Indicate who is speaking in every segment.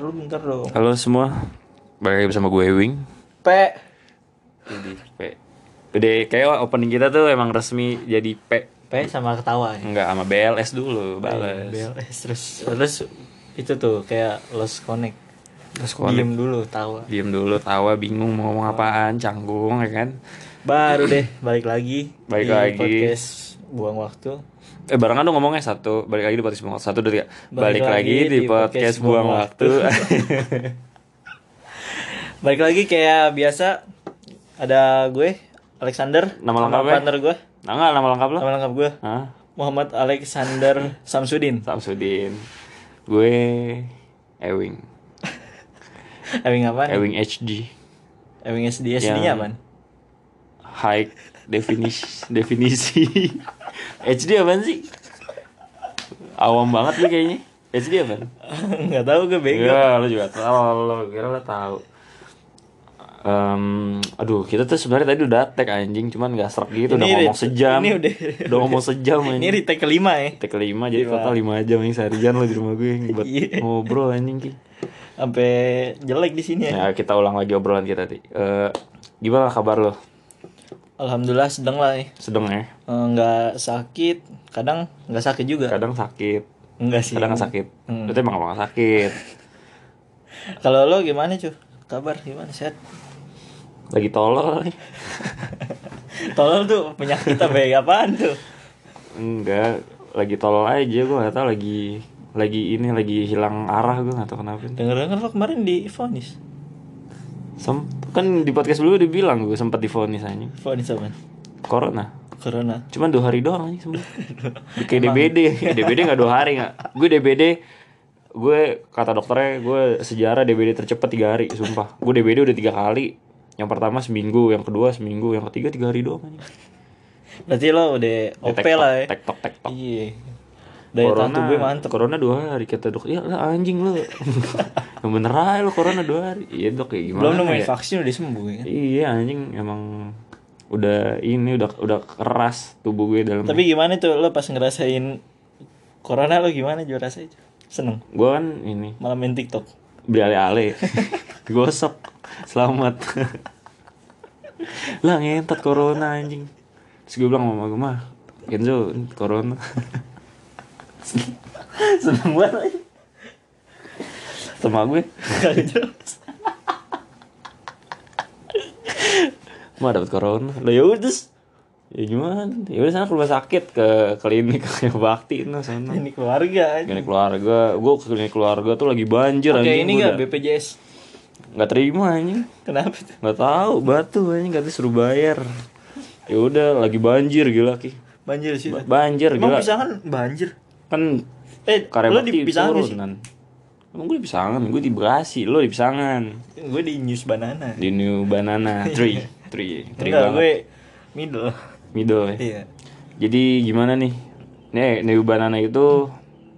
Speaker 1: Lu bentar dong.
Speaker 2: Halo semua, balik lagi bersama gue Wing.
Speaker 1: P.
Speaker 2: Jadi P. Gede kayak opening kita tuh emang resmi jadi P.
Speaker 1: P sama ketawa ya.
Speaker 2: Enggak sama BLS
Speaker 1: Iya,
Speaker 2: dulu, balas.
Speaker 1: BLS terus terus itu tuh kayak lost connect.
Speaker 2: Terus kalau
Speaker 1: Diem dulu tawa.
Speaker 2: diem dulu, tawa bingung mau ngomong apaan, canggung ya kan.
Speaker 1: Baru deh balik lagi
Speaker 2: Balik
Speaker 1: di
Speaker 2: lagi.
Speaker 1: podcast buang waktu.
Speaker 2: Eh barengan dong ngomongnya satu, balik lagi di podcast buang waktu satu dua tiga. Balik, lagi di, podcast buang waktu.
Speaker 1: Balik lagi kayak biasa ada gue Alexander.
Speaker 2: Nama
Speaker 1: sama
Speaker 2: lengkapnya?
Speaker 1: partner gue.
Speaker 2: nah, enggak nama lengkap lo?
Speaker 1: Nama lengkap gue
Speaker 2: Hah?
Speaker 1: Muhammad Alexander Samsudin.
Speaker 2: Samsudin. Gue Ewing.
Speaker 1: Ewing apa?
Speaker 2: Ewing Iya. HD.
Speaker 1: Ewing SD SD-nya
Speaker 2: Yang-
Speaker 1: apaan?
Speaker 2: High definisi definisi. HD apaan sih? Awam banget nih kayaknya. HD apaan?
Speaker 1: Enggak tahu gue bego.
Speaker 2: Iya, lo juga tahu, lo kira lo tahu. Em, aduh, kita tuh sebenarnya tadi udah tag anjing, cuman gak serak gitu, udah
Speaker 1: Ini
Speaker 2: ngomong
Speaker 1: re-
Speaker 2: sejam.
Speaker 1: ini udah-
Speaker 2: udah ngomong sejam
Speaker 1: Ini
Speaker 2: anjing.
Speaker 1: retake kelima ya.
Speaker 2: Tag kelima jadi total lima jam yang seharian lo di rumah gue yang buat
Speaker 1: Iya.
Speaker 2: ngobrol anjing Ki.
Speaker 1: Sampai jelek di sini ya.
Speaker 2: Ya, kita ulang lagi obrolan kita tadi. Eh, gimana kabar lo?
Speaker 1: Alhamdulillah sedang lah ya.
Speaker 2: Sedang
Speaker 1: Eh,
Speaker 2: ya?
Speaker 1: Nggak sakit, kadang nggak sakit juga.
Speaker 2: Kadang sakit,
Speaker 1: Enggak sih. Hmm.
Speaker 2: kadang nggak sakit. Itu emang emang nggak sakit.
Speaker 1: Kalau lo gimana cuy? Kabar gimana sehat?
Speaker 2: Lagi tolol. nih.
Speaker 1: Tolol tuh penyakit apa ya? Apaan tuh?
Speaker 2: Enggak, lagi tolol aja gue nggak tahu lagi lagi ini lagi hilang arah gue nggak tahu kenapa.
Speaker 1: Denger denger lo kemarin di vonis.
Speaker 2: Sem kan di podcast dulu dibilang gue sempat difonis anjing
Speaker 1: Vonis apa?
Speaker 2: corona.
Speaker 1: Corona.
Speaker 2: Cuman dua hari doang anjing sembuh. Di- Kayak DBD, Eh, DBD nggak dua hari nggak. Gue DBD, gue kata dokternya gue sejarah DBD tercepat tiga hari, sumpah. Gue DBD udah tiga kali. Yang pertama seminggu, yang kedua seminggu, yang ketiga tiga hari doang anjing.
Speaker 1: Berarti lo udah OP
Speaker 2: Tektok,
Speaker 1: lah ya.
Speaker 2: Tektok, tektok.
Speaker 1: Iya. Daya tahan tubuh mantep.
Speaker 2: Corona dua hari kata dok. Ya lah, anjing lu. yang bener aja lu corona dua hari. Iya dok ya gimana?
Speaker 1: Belum nemuin
Speaker 2: ya?
Speaker 1: vaksin udah sembuh ya.
Speaker 2: Iya anjing emang udah ini udah udah keras tubuh gue dalam.
Speaker 1: Tapi gimana tuh lo pas ngerasain corona lo gimana juga rasanya? Cuk? Seneng.
Speaker 2: gue kan ini
Speaker 1: Malah main TikTok.
Speaker 2: beli ale-ale. Gosok. Selamat. lah ngentot corona anjing. Terus gue bilang sama gue mah, Kenzo ini corona.
Speaker 1: Seneng banget.
Speaker 2: Sama gue,
Speaker 1: Kali itu.
Speaker 2: mah dapet corona. Lah ya udah. Ya gimana? Ya udah sana ke rumah sakit ke klinik kayak bakti nah sana.
Speaker 1: Ini keluarga.
Speaker 2: Klinik keluarga, gue ke klinik keluarga tuh lagi banjir
Speaker 1: Oke
Speaker 2: anjing.
Speaker 1: ini
Speaker 2: Gua
Speaker 1: nggak
Speaker 2: udah-
Speaker 1: BPJS?
Speaker 2: nggak terima anjing.
Speaker 1: Kenapa tuh?
Speaker 2: Nggak tahu batu anjing katanya suruh bayar. Ya udah lagi banjir gila ki.
Speaker 1: Banjir sih.
Speaker 2: Ba- Banjir
Speaker 1: Emang
Speaker 2: gila.
Speaker 1: pisangan banjir.
Speaker 2: Kan
Speaker 1: Eh,
Speaker 2: karya
Speaker 1: lo
Speaker 2: bakti
Speaker 1: di pisangan nggak sih?
Speaker 2: turunan. Emang gue di pisangan, gue di Bekasi, lo di pisangan.
Speaker 1: Gue di News Banana.
Speaker 2: Di New Banana, Tree, Tree, Tree
Speaker 1: Enggak,
Speaker 2: banget.
Speaker 1: gue middle.
Speaker 2: Middle ya.
Speaker 1: Iya.
Speaker 2: Jadi gimana nih? Nih, New Banana itu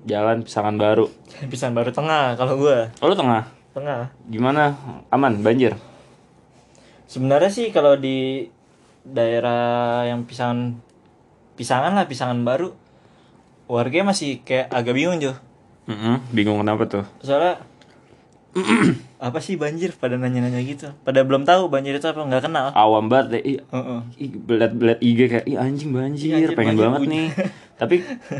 Speaker 2: jalan pisangan baru.
Speaker 1: Pisan baru tengah kalau gue.
Speaker 2: Oh, lo tengah.
Speaker 1: Tengah.
Speaker 2: Gimana? Aman, banjir.
Speaker 1: Sebenarnya sih kalau di daerah yang pisangan pisangan lah pisangan baru warganya masih kayak agak bingung Jo.
Speaker 2: Mm-mm, bingung kenapa tuh?
Speaker 1: Soalnya apa sih banjir pada nanya-nanya gitu. Pada belum tahu banjir itu apa nggak kenal.
Speaker 2: Awam banget deh. Ih,
Speaker 1: Heeh.
Speaker 2: ih, Liat, liat IG kayak Ih, anjing banjir,
Speaker 1: Iya, anjing,
Speaker 2: pengen
Speaker 1: banjir,
Speaker 2: banget
Speaker 1: bunyi.
Speaker 2: nih. Tapi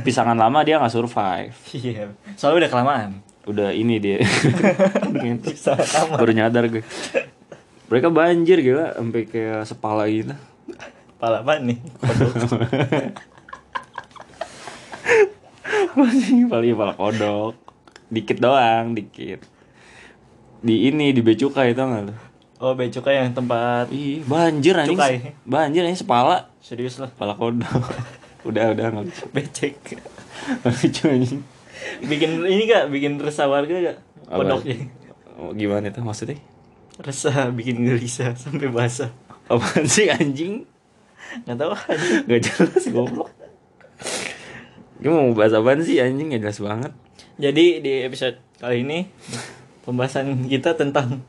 Speaker 2: pisangan lama dia nggak survive.
Speaker 1: Iya. Soalnya udah kelamaan.
Speaker 2: Udah ini dia. Ngentot.
Speaker 1: Pisangan lama.
Speaker 2: Baru nyadar gue. Mereka banjir gila sampai kayak sepala gitu.
Speaker 1: Pala apaan nih?
Speaker 2: Anjing, paling kepala kodok. Dikit doang, dikit. Di ini di Becukai tau gak lu?
Speaker 1: Oh, becuka yang tempat
Speaker 2: Ih, Iya, banjir anjing.
Speaker 1: Cukai.
Speaker 2: Banjir anjing sepala.
Speaker 1: serius lah.
Speaker 2: Kepala kodok. udah, udah enggak lucu.
Speaker 1: Becek.
Speaker 2: Nggak lucu anjing.
Speaker 1: Bikin ini gak? Bikin resah warga gak?
Speaker 2: Apa?
Speaker 1: Pondoknya.
Speaker 2: Oh, Gimana itu maksudnya?
Speaker 1: Resah, bikin gelisah sampai basah.
Speaker 2: Apaan sih anjing?
Speaker 1: Gak tahu aja.
Speaker 2: Gak jelas goblok. Gue mau bahas apaan sih anjing gak jelas banget.
Speaker 1: Jadi di episode kali ini pembahasan kita tentang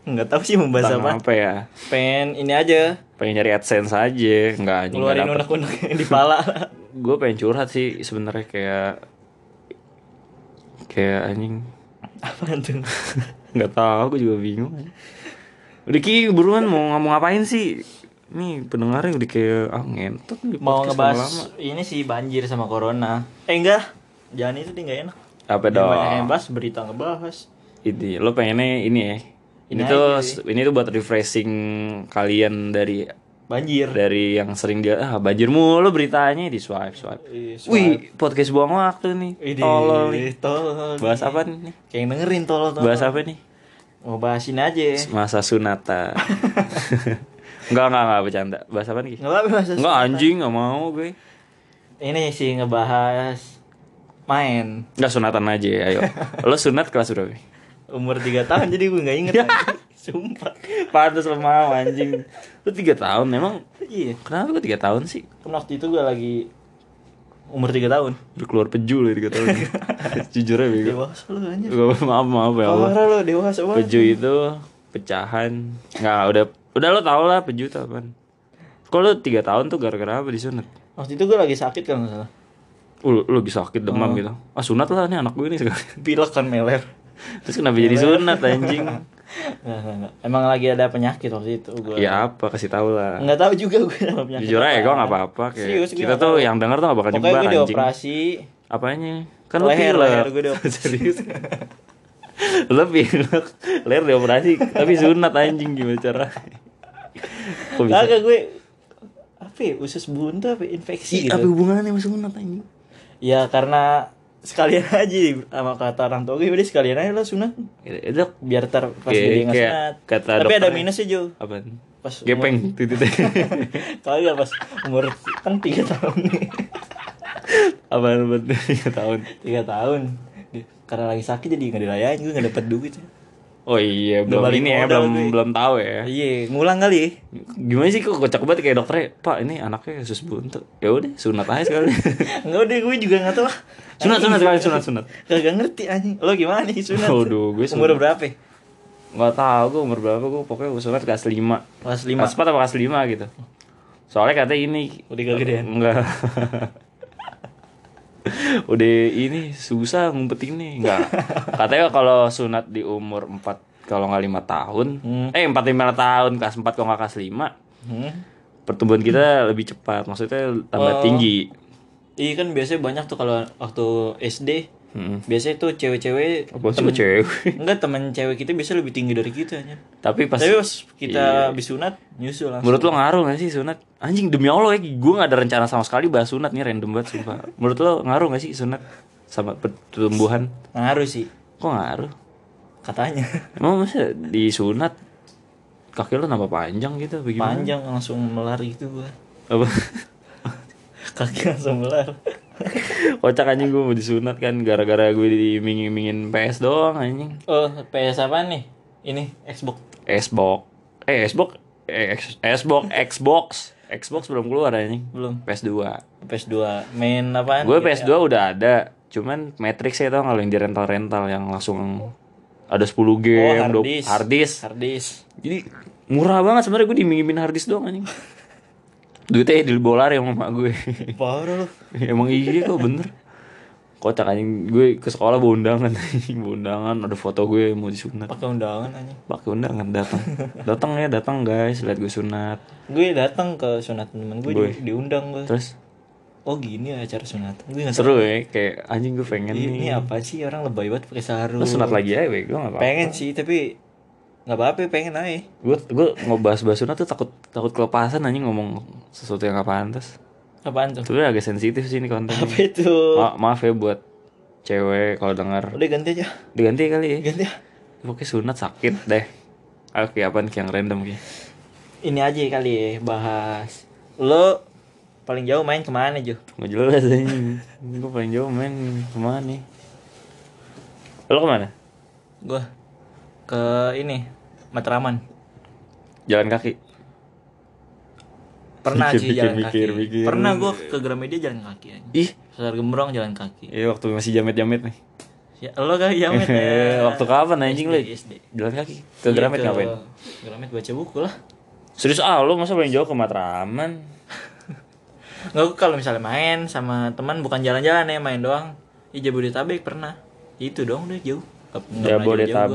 Speaker 1: nggak tahu sih membahas apa.
Speaker 2: Tentang apa ya?
Speaker 1: Pengen ini aja
Speaker 2: Pengen nyari AdSense aja, enggak anjing nggak
Speaker 1: ngeluarin
Speaker 2: dapet.
Speaker 1: unek-unek yang di pala.
Speaker 2: gue pengen curhat sih sebenarnya kayak kayak anjing
Speaker 1: Apaan tuh?
Speaker 2: nggak tahu gue juga bingung udah ki buruan mau ngomong apain sih nih pendengarnya udah kayak ah ngentot nih
Speaker 1: Mau
Speaker 2: podcast
Speaker 1: ngebahas
Speaker 2: lama-lama.
Speaker 1: ini sih banjir sama corona. Eh enggak, jangan itu deh nggak enak.
Speaker 2: apa
Speaker 1: Yang
Speaker 2: dong
Speaker 1: banyak yang bahas berita ngebahas.
Speaker 2: ini lo pengennya ini ya ini
Speaker 1: Ini
Speaker 2: tuh
Speaker 1: aja.
Speaker 2: ini tuh buat refreshing kalian dari
Speaker 1: Banjir.
Speaker 2: dari yang sering dia ah banjir mulu beritanya di swipe swipe
Speaker 1: Iya, swipe.
Speaker 2: wih podcast buang waktu nih
Speaker 1: Ini
Speaker 2: tolol nih
Speaker 1: tolol nih.
Speaker 2: bahas apa nih
Speaker 1: Kayak dengerin tolol tolol.
Speaker 2: bahas apa nih
Speaker 1: Mau bahasin aja.
Speaker 2: masa sunata Enggak, enggak, enggak bercanda. Bahas apa nih?
Speaker 1: Enggak apa-apa bahasa
Speaker 2: Enggak
Speaker 1: sunatan.
Speaker 2: anjing, enggak mau gue.
Speaker 1: Ini sih ngebahas main
Speaker 2: Enggak sunatan aja ya, ayo. Lo sunat kelas berapa?
Speaker 1: umur 3 tahun jadi gue nggak inget lagi. Sumpah.
Speaker 2: Pantes lo mau anjing. Lo 3 tahun emang
Speaker 1: Iya.
Speaker 2: kenapa lo 3 tahun sih?
Speaker 1: Kan waktu itu gue lagi umur 3 tahun.
Speaker 2: Lo keluar peju lo 3 tahun. Jujur aja bego.
Speaker 1: Dewasa lu anjir.
Speaker 2: Gua maaf maaf ya Allah.
Speaker 1: Parah lu dewasa banget.
Speaker 2: Peju itu pecahan. Enggak, udah udah lo tau lah peju itu apaan. Kok lo 3 tahun tuh gara-gara apa disunat?
Speaker 1: Waktu itu gue lagi sakit kalau nggak salah.
Speaker 2: Uh, lo lagi sakit demam gitu. Ah sunat lah nih anak gue nih sekarang.
Speaker 1: Pilek kan meler.
Speaker 2: Terus kenapa jadi sunat anjing?
Speaker 1: Nggak, nggak, nggak. Emang lagi ada penyakit waktu itu gue.
Speaker 2: ya apa kasih tahu lah.
Speaker 1: Nggak tahu juga gue nama penyakit.
Speaker 2: Jujur
Speaker 1: apa.
Speaker 2: aja gue gak apa-apa kayak
Speaker 1: Serius, gua
Speaker 2: Kita
Speaker 1: nggak
Speaker 2: tuh
Speaker 1: tahu.
Speaker 2: yang denger tuh gak bakal
Speaker 1: Pokoknya
Speaker 2: nyebar
Speaker 1: gue
Speaker 2: anjing
Speaker 1: dioperasi.
Speaker 2: Apanya? Kan lo
Speaker 1: leher, leher
Speaker 2: pilek
Speaker 1: gue dioperasi.
Speaker 2: Lo pilek Leher dioperasi Tapi sunat anjing gimana cara Kok bisa?
Speaker 1: Kagak gue apa ya, usus buntu apa infeksi
Speaker 2: Ih, apa
Speaker 1: gitu.
Speaker 2: hubungannya sama sunat anjing?
Speaker 1: Ya karena sekalian aja sama kata orang tua gue udah sekalian aja lah sunat
Speaker 2: Itu
Speaker 1: biar ter pas
Speaker 2: Kayak-
Speaker 1: gede nggak
Speaker 2: kayak
Speaker 1: sunat.
Speaker 2: kata
Speaker 1: Tapi ada
Speaker 2: dokternya.
Speaker 1: minusnya Jo.
Speaker 2: apaan?
Speaker 1: Pas
Speaker 2: Gepeng titiknya
Speaker 1: Kalau nggak pas umur kan tiga tahun nih.
Speaker 2: Apaan buat 3 tahun?
Speaker 1: Tiga tahun. Karena lagi sakit jadi nggak dirayain gue nggak dapet duit.
Speaker 2: Oh iya, belum
Speaker 1: balik
Speaker 2: ini ya,
Speaker 1: modal
Speaker 2: belum
Speaker 1: gue.
Speaker 2: belum tahu ya.
Speaker 1: Iya, ngulang kali.
Speaker 2: Gimana sih kok kocak banget kayak dokternya, Pak ini anaknya khusus buntu. Ya udah sunat aja sekali.
Speaker 1: Enggak udah gue juga nggak tahu. lah.
Speaker 2: sunat sunat sekali sunat sunat.
Speaker 1: Kagak ngerti anjing. Lo gimana nih sunat?
Speaker 2: Waduh, gue
Speaker 1: umur
Speaker 2: sunat.
Speaker 1: berapa? ya?
Speaker 2: Gak tau gue umur berapa gue pokoknya gue sunat kelas 5
Speaker 1: Kelas lima.
Speaker 2: Kelas 4 apa kelas 5 gitu Soalnya katanya ini
Speaker 1: Udah gak gedean?
Speaker 2: Enggak Udah ini susah ngumpetinnya Enggak Katanya kalau sunat di umur 4 Kalau nggak 5 tahun
Speaker 1: Hmm.
Speaker 2: Eh 4 5 tahun Kelas 4 kalau nggak kelas 5
Speaker 1: Hmm.
Speaker 2: Pertumbuhan kita lebih cepat Maksudnya
Speaker 1: Oh.
Speaker 2: tambah tinggi
Speaker 1: Iya kan biasanya banyak tuh kalau waktu SD
Speaker 2: Mm-mm.
Speaker 1: biasanya tuh cewek-cewek
Speaker 2: Apa sih cewek
Speaker 1: enggak teman cewek kita biasanya lebih tinggi dari kita anjir.
Speaker 2: Tapi pas
Speaker 1: Tapi pas kita
Speaker 2: Iya.
Speaker 1: habis sunat nyusul langsung.
Speaker 2: Menurut lo ngaruh gak sih sunat? Anjing demi Allah ya, gue gak ada rencana sama sekali bahas sunat nih random banget sumpah. Menurut lo ngaruh gak sih sunat sama pertumbuhan?
Speaker 1: Ngaruh sih
Speaker 2: Kok ngaruh?
Speaker 1: katanya.
Speaker 2: Emang masa di sunat kaki lo nambah panjang gitu bagaimana?
Speaker 1: Panjang langsung melar gitu gua.
Speaker 2: Apa?
Speaker 1: Kaki langsung melar.
Speaker 2: Kocak anjing gue mau disunat kan gara-gara gue diiming-imingin PS doang anjing.
Speaker 1: Oh, PS apa nih? Ini Xbox.
Speaker 2: Xbox. Eh Xbox eh, X- Xbox Xbox Xbox belum keluar anjing.
Speaker 1: Belum.
Speaker 2: PS2.
Speaker 1: PS2. Main apaan? Gitu
Speaker 2: Gue
Speaker 1: ya?
Speaker 2: PS2 udah ada, cuman Matrix ya tau kalau yang di rental-rental yang langsung ada 10
Speaker 1: Oh,
Speaker 2: game,
Speaker 1: hard
Speaker 2: 20
Speaker 1: disk.
Speaker 2: hard disk.
Speaker 1: Hard disk.
Speaker 2: Jadi murah banget sebenarnya gue diminjemin hard disk doang anjing. Duitnya di bolar ya sama emak gue.
Speaker 1: Parah lu.
Speaker 2: Emang iya kok bener. Kocak anjing gue ke sekolah bawa undangan anjing, bawa undangan ada foto gue mau disunat.
Speaker 1: Pakai undangan anjing.
Speaker 2: Pakai undangan datang. Datang ya, datang guys, lihat gue sunat.
Speaker 1: Gue datang ke sunat temen gue,
Speaker 2: Gue.
Speaker 1: di- diundang gue.
Speaker 2: ya? Terus
Speaker 1: Oh, gini ya acara sunatan. Gue nggak
Speaker 2: seru ya kayak anjing gue pengen
Speaker 1: Ini, ini
Speaker 2: nih.
Speaker 1: apa sih orang lebay banget pakai sarung.
Speaker 2: Lu sunat lagi aja gue, gue gak apa-apa.
Speaker 1: Pengen sih tapi nggak apa-apa pengen aja.
Speaker 2: gue gue ngebahas bahas sunat tuh takut takut kelepasan anjing ngomong sesuatu yang gak pantas
Speaker 1: Apaan tuh?
Speaker 2: sebenarnya agak sensitif sih ini kontennya
Speaker 1: Apa itu?
Speaker 2: Ma- maaf ya buat cewek kalau dengar
Speaker 1: Udah ganti aja.
Speaker 2: diganti kali ya
Speaker 1: Ganti aja.
Speaker 2: pokoknya sunat sakit deh oke apaan Ki, yang random Ki?
Speaker 1: Ini aja kali ya bahas. Lo paling jauh main kemana Jo?
Speaker 2: nggak jelas anjing gue paling jauh main kemana nih lo kemana
Speaker 1: Gue ke ini Matraman.
Speaker 2: jalan kaki
Speaker 1: Pernah
Speaker 2: Mikir,
Speaker 1: sih
Speaker 2: mikir,
Speaker 1: jalan
Speaker 2: mikir,
Speaker 1: kaki.
Speaker 2: mikir.
Speaker 1: Pernah gue ke Gramedia jalan kaki aja.
Speaker 2: ih
Speaker 1: Pasar Gembrong jalan kaki.
Speaker 2: iya waktu masih jamet jamet nih
Speaker 1: Ya, lo kali jamet ya.
Speaker 2: waktu kapan
Speaker 1: SD,
Speaker 2: anjing lo
Speaker 1: SD.
Speaker 2: jalan kaki ke
Speaker 1: Gitu.
Speaker 2: Gramet ngapain
Speaker 1: Iya, Gramet baca buku lah.
Speaker 2: serius ah lo masa paling jauh ke Matraman
Speaker 1: Nggak, gue kalau misalnya main sama teman bukan jalan-jalan ya, main doang. Di Jabodetabek pernah. Itu dong udah jauh. Nggak- nggak pernah jauh-jauh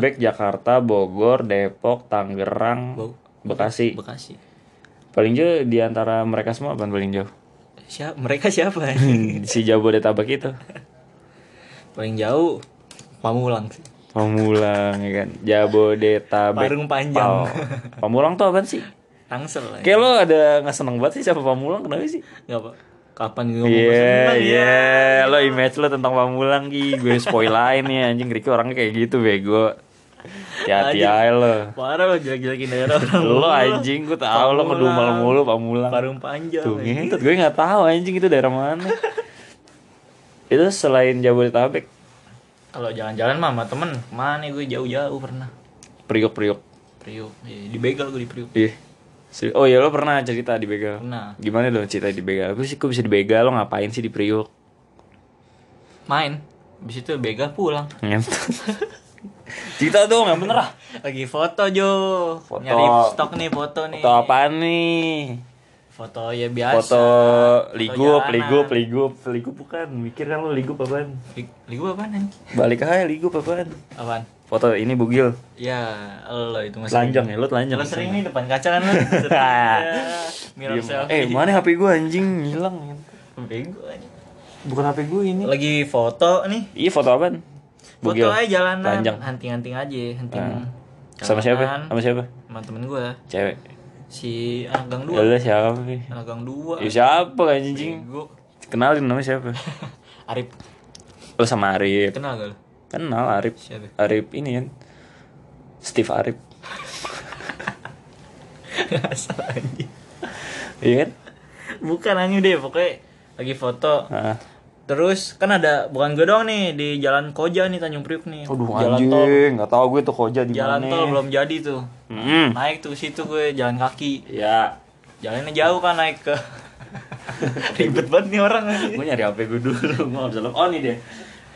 Speaker 2: Jabodetabek, Jakarta, Bogor, Depok, Tangerang,
Speaker 1: Bau.
Speaker 2: Bekasi.
Speaker 1: gua. Bekasi
Speaker 2: Paling jauh di antara mereka semua apaan paling jauh?
Speaker 1: siapa mereka siapa
Speaker 2: si Jabodetabek itu.
Speaker 1: paling jauh Pamulang sih
Speaker 2: Pamulang ya kan. Jabodetabek.
Speaker 1: Parung panjang.
Speaker 2: Pal- Pamulang tuh apaan sih?
Speaker 1: Tangsel lah
Speaker 2: Kayak lo ada nggak seneng banget sih sama Pamulang kenapa sih?
Speaker 1: nggak apa kapan gue ngomong
Speaker 2: Iya,
Speaker 1: seneng ya?
Speaker 2: iya. Lo image lo tentang Pamulang Ki. Gue spoilain ya anjing Ricky orangnya kayak gitu bego. Hati-hati
Speaker 1: Anjing.
Speaker 2: aja lo.
Speaker 1: parah lo jelek-jelekin daerah orang
Speaker 2: Lo anjing gue tau lo ngedumal mulu Pamulang.
Speaker 1: parung panjang
Speaker 2: Tuh
Speaker 1: anjing.
Speaker 2: Gitu, ngentot gue nggak tahu anjing itu daerah mana. itu selain Jabodetabek,
Speaker 1: kalau jalan-jalan mah sama temen mana gue jauh-jauh pernah
Speaker 2: Priok-Priok.
Speaker 1: Priuk Iya, di begal gue di Priuk
Speaker 2: Ih. seri- Oh ya lo pernah cerita di begal?
Speaker 1: pernah
Speaker 2: Gimana dong cerita di begal? Gue sih kok bisa di begal lo ngapain sih di Priok?
Speaker 1: main Abis itu begal pulang
Speaker 2: Ngentot. cerita dong yang bener ah.
Speaker 1: lagi foto Jo
Speaker 2: Foto.
Speaker 1: nyari stok nih foto nih
Speaker 2: Foto apaan nih?
Speaker 1: foto ya biasa
Speaker 2: Foto ligup,
Speaker 1: jalanan.
Speaker 2: ligup, ligup, ligup bukan. Mikir kan lo ligup apaan?
Speaker 1: Li- li gue apaan anjing?
Speaker 2: Balik aja ligup apaan?
Speaker 1: apaan
Speaker 2: Foto ini bugil.
Speaker 1: ya Allah itu masih
Speaker 2: Telanjang ya, lo telanjang.
Speaker 1: Lo sering nih depan kaca kan lo Sering, ya. mirror
Speaker 2: Diem.
Speaker 1: selfie
Speaker 2: Eh, mana HP gue anjing hilang.
Speaker 1: Bego, anjing.
Speaker 2: Bukan HP gue ini.
Speaker 1: lagi foto nih
Speaker 2: Iya, foto apaan?
Speaker 1: foto aja jalanan
Speaker 2: Telanjang.
Speaker 1: hanting-hanting aja hanting
Speaker 2: Ah. Sama siapa?
Speaker 1: jalanan.
Speaker 2: Sama siapa?
Speaker 1: sama temen gue
Speaker 2: Cewek.
Speaker 1: si anak gang dua
Speaker 2: Ya udah siapa sih?
Speaker 1: anak gang dua
Speaker 2: Ya siapa anjing?
Speaker 1: Bego.
Speaker 2: Kenalin namanya siapa?
Speaker 1: Arif
Speaker 2: Lo sama Arif.
Speaker 1: kenal gak lo
Speaker 2: Kenal Arif.
Speaker 1: siapa
Speaker 2: Arif ini kan. Steve Arif.
Speaker 1: asal anjing
Speaker 2: Iya kan?
Speaker 1: bukan anjing deh pokoknya lagi foto
Speaker 2: Ah.
Speaker 1: terus kan ada bukan gue doang nih di jalan Koja nih Tanjung Priuk nih
Speaker 2: Aduh
Speaker 1: jalan
Speaker 2: anjing,
Speaker 1: tol
Speaker 2: nggak tahu gue tuh koja di
Speaker 1: jalan
Speaker 2: mana.
Speaker 1: tol belum jadi tuh
Speaker 2: Mm.
Speaker 1: naik tuh situ gue jalan kaki
Speaker 2: Ya,
Speaker 1: jalannya jauh kan naik ke ribet banget nih orang anjing.
Speaker 2: gue nyari HP gue dulu, gue nggak bisa log on nih deh.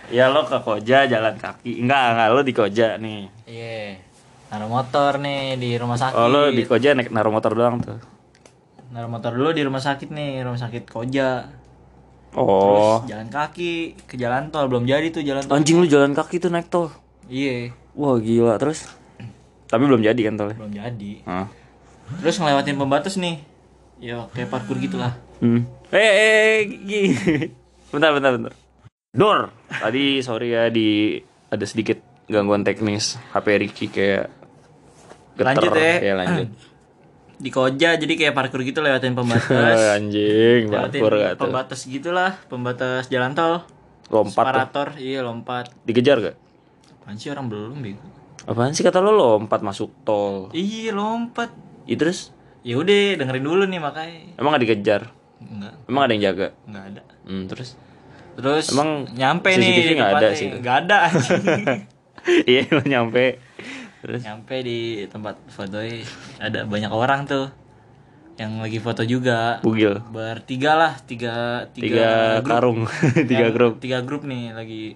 Speaker 2: Ya lo ke koja jalan kaki, enggak enggak lo di koja nih.
Speaker 1: Iya. Naruh motor nih di rumah sakit.
Speaker 2: Oh lo di koja naik naruh motor doang tuh.
Speaker 1: Naruh motor dulu di rumah sakit nih, rumah sakit Koja.
Speaker 2: Oh,
Speaker 1: Terus jalan kaki ke jalan tol belum jadi tuh jalan tol.
Speaker 2: anjing lu jalan kaki tuh naik tol.
Speaker 1: Iya,
Speaker 2: Wah gila terus. Tapi belum jadi kan tolnya.
Speaker 1: belum jadi.
Speaker 2: Hah.
Speaker 1: Terus ngelewatin pembatas nih. Ya kayak parkur gitu lah.
Speaker 2: Hmm. Eh, eh, eh, gigi. bentar, bentar, bentar. Dor. Tadi sorry ya di ada sedikit gangguan teknis HP Ricky kayak geter.
Speaker 1: Lanjut ya.
Speaker 2: Ya lanjut.
Speaker 1: Di Koja jadi kayak parkur gitu lewatin
Speaker 2: Eh,
Speaker 1: pembatas.
Speaker 2: anjing,
Speaker 1: lewatin
Speaker 2: bakur gak tuh.
Speaker 1: pembatas gitulah, pembatas jalan tol.
Speaker 2: Lompat tuh.
Speaker 1: Separator, iya lompat.
Speaker 2: Dikejar gak?
Speaker 1: Apaan sih orang belum bego.
Speaker 2: Apaan sih kata lo lompat masuk tol?
Speaker 1: Iya lompat.
Speaker 2: Ih terus
Speaker 1: Ya udah dengerin dulu nih makanya.
Speaker 2: emang gak dikejar?
Speaker 1: Enggak,
Speaker 2: Emang ada yang jaga?
Speaker 1: enggak ada.
Speaker 2: Hmm, terus?
Speaker 1: Terus
Speaker 2: Emang
Speaker 1: nyampe
Speaker 2: CCTV
Speaker 1: nih di
Speaker 2: nggak
Speaker 1: tempat
Speaker 2: ada
Speaker 1: nih.
Speaker 2: situ?
Speaker 1: Nggak ada anjing.
Speaker 2: Iya, lo nyampe. Terus
Speaker 1: nyampe di tempat fotonya ada banyak orang tuh yang lagi foto juga.
Speaker 2: bugil.
Speaker 1: Bertiga lah, tiga
Speaker 2: Tiga,
Speaker 1: grup.
Speaker 2: karung, tiga
Speaker 1: Yang-
Speaker 2: grup.
Speaker 1: Tiga grup nih lagi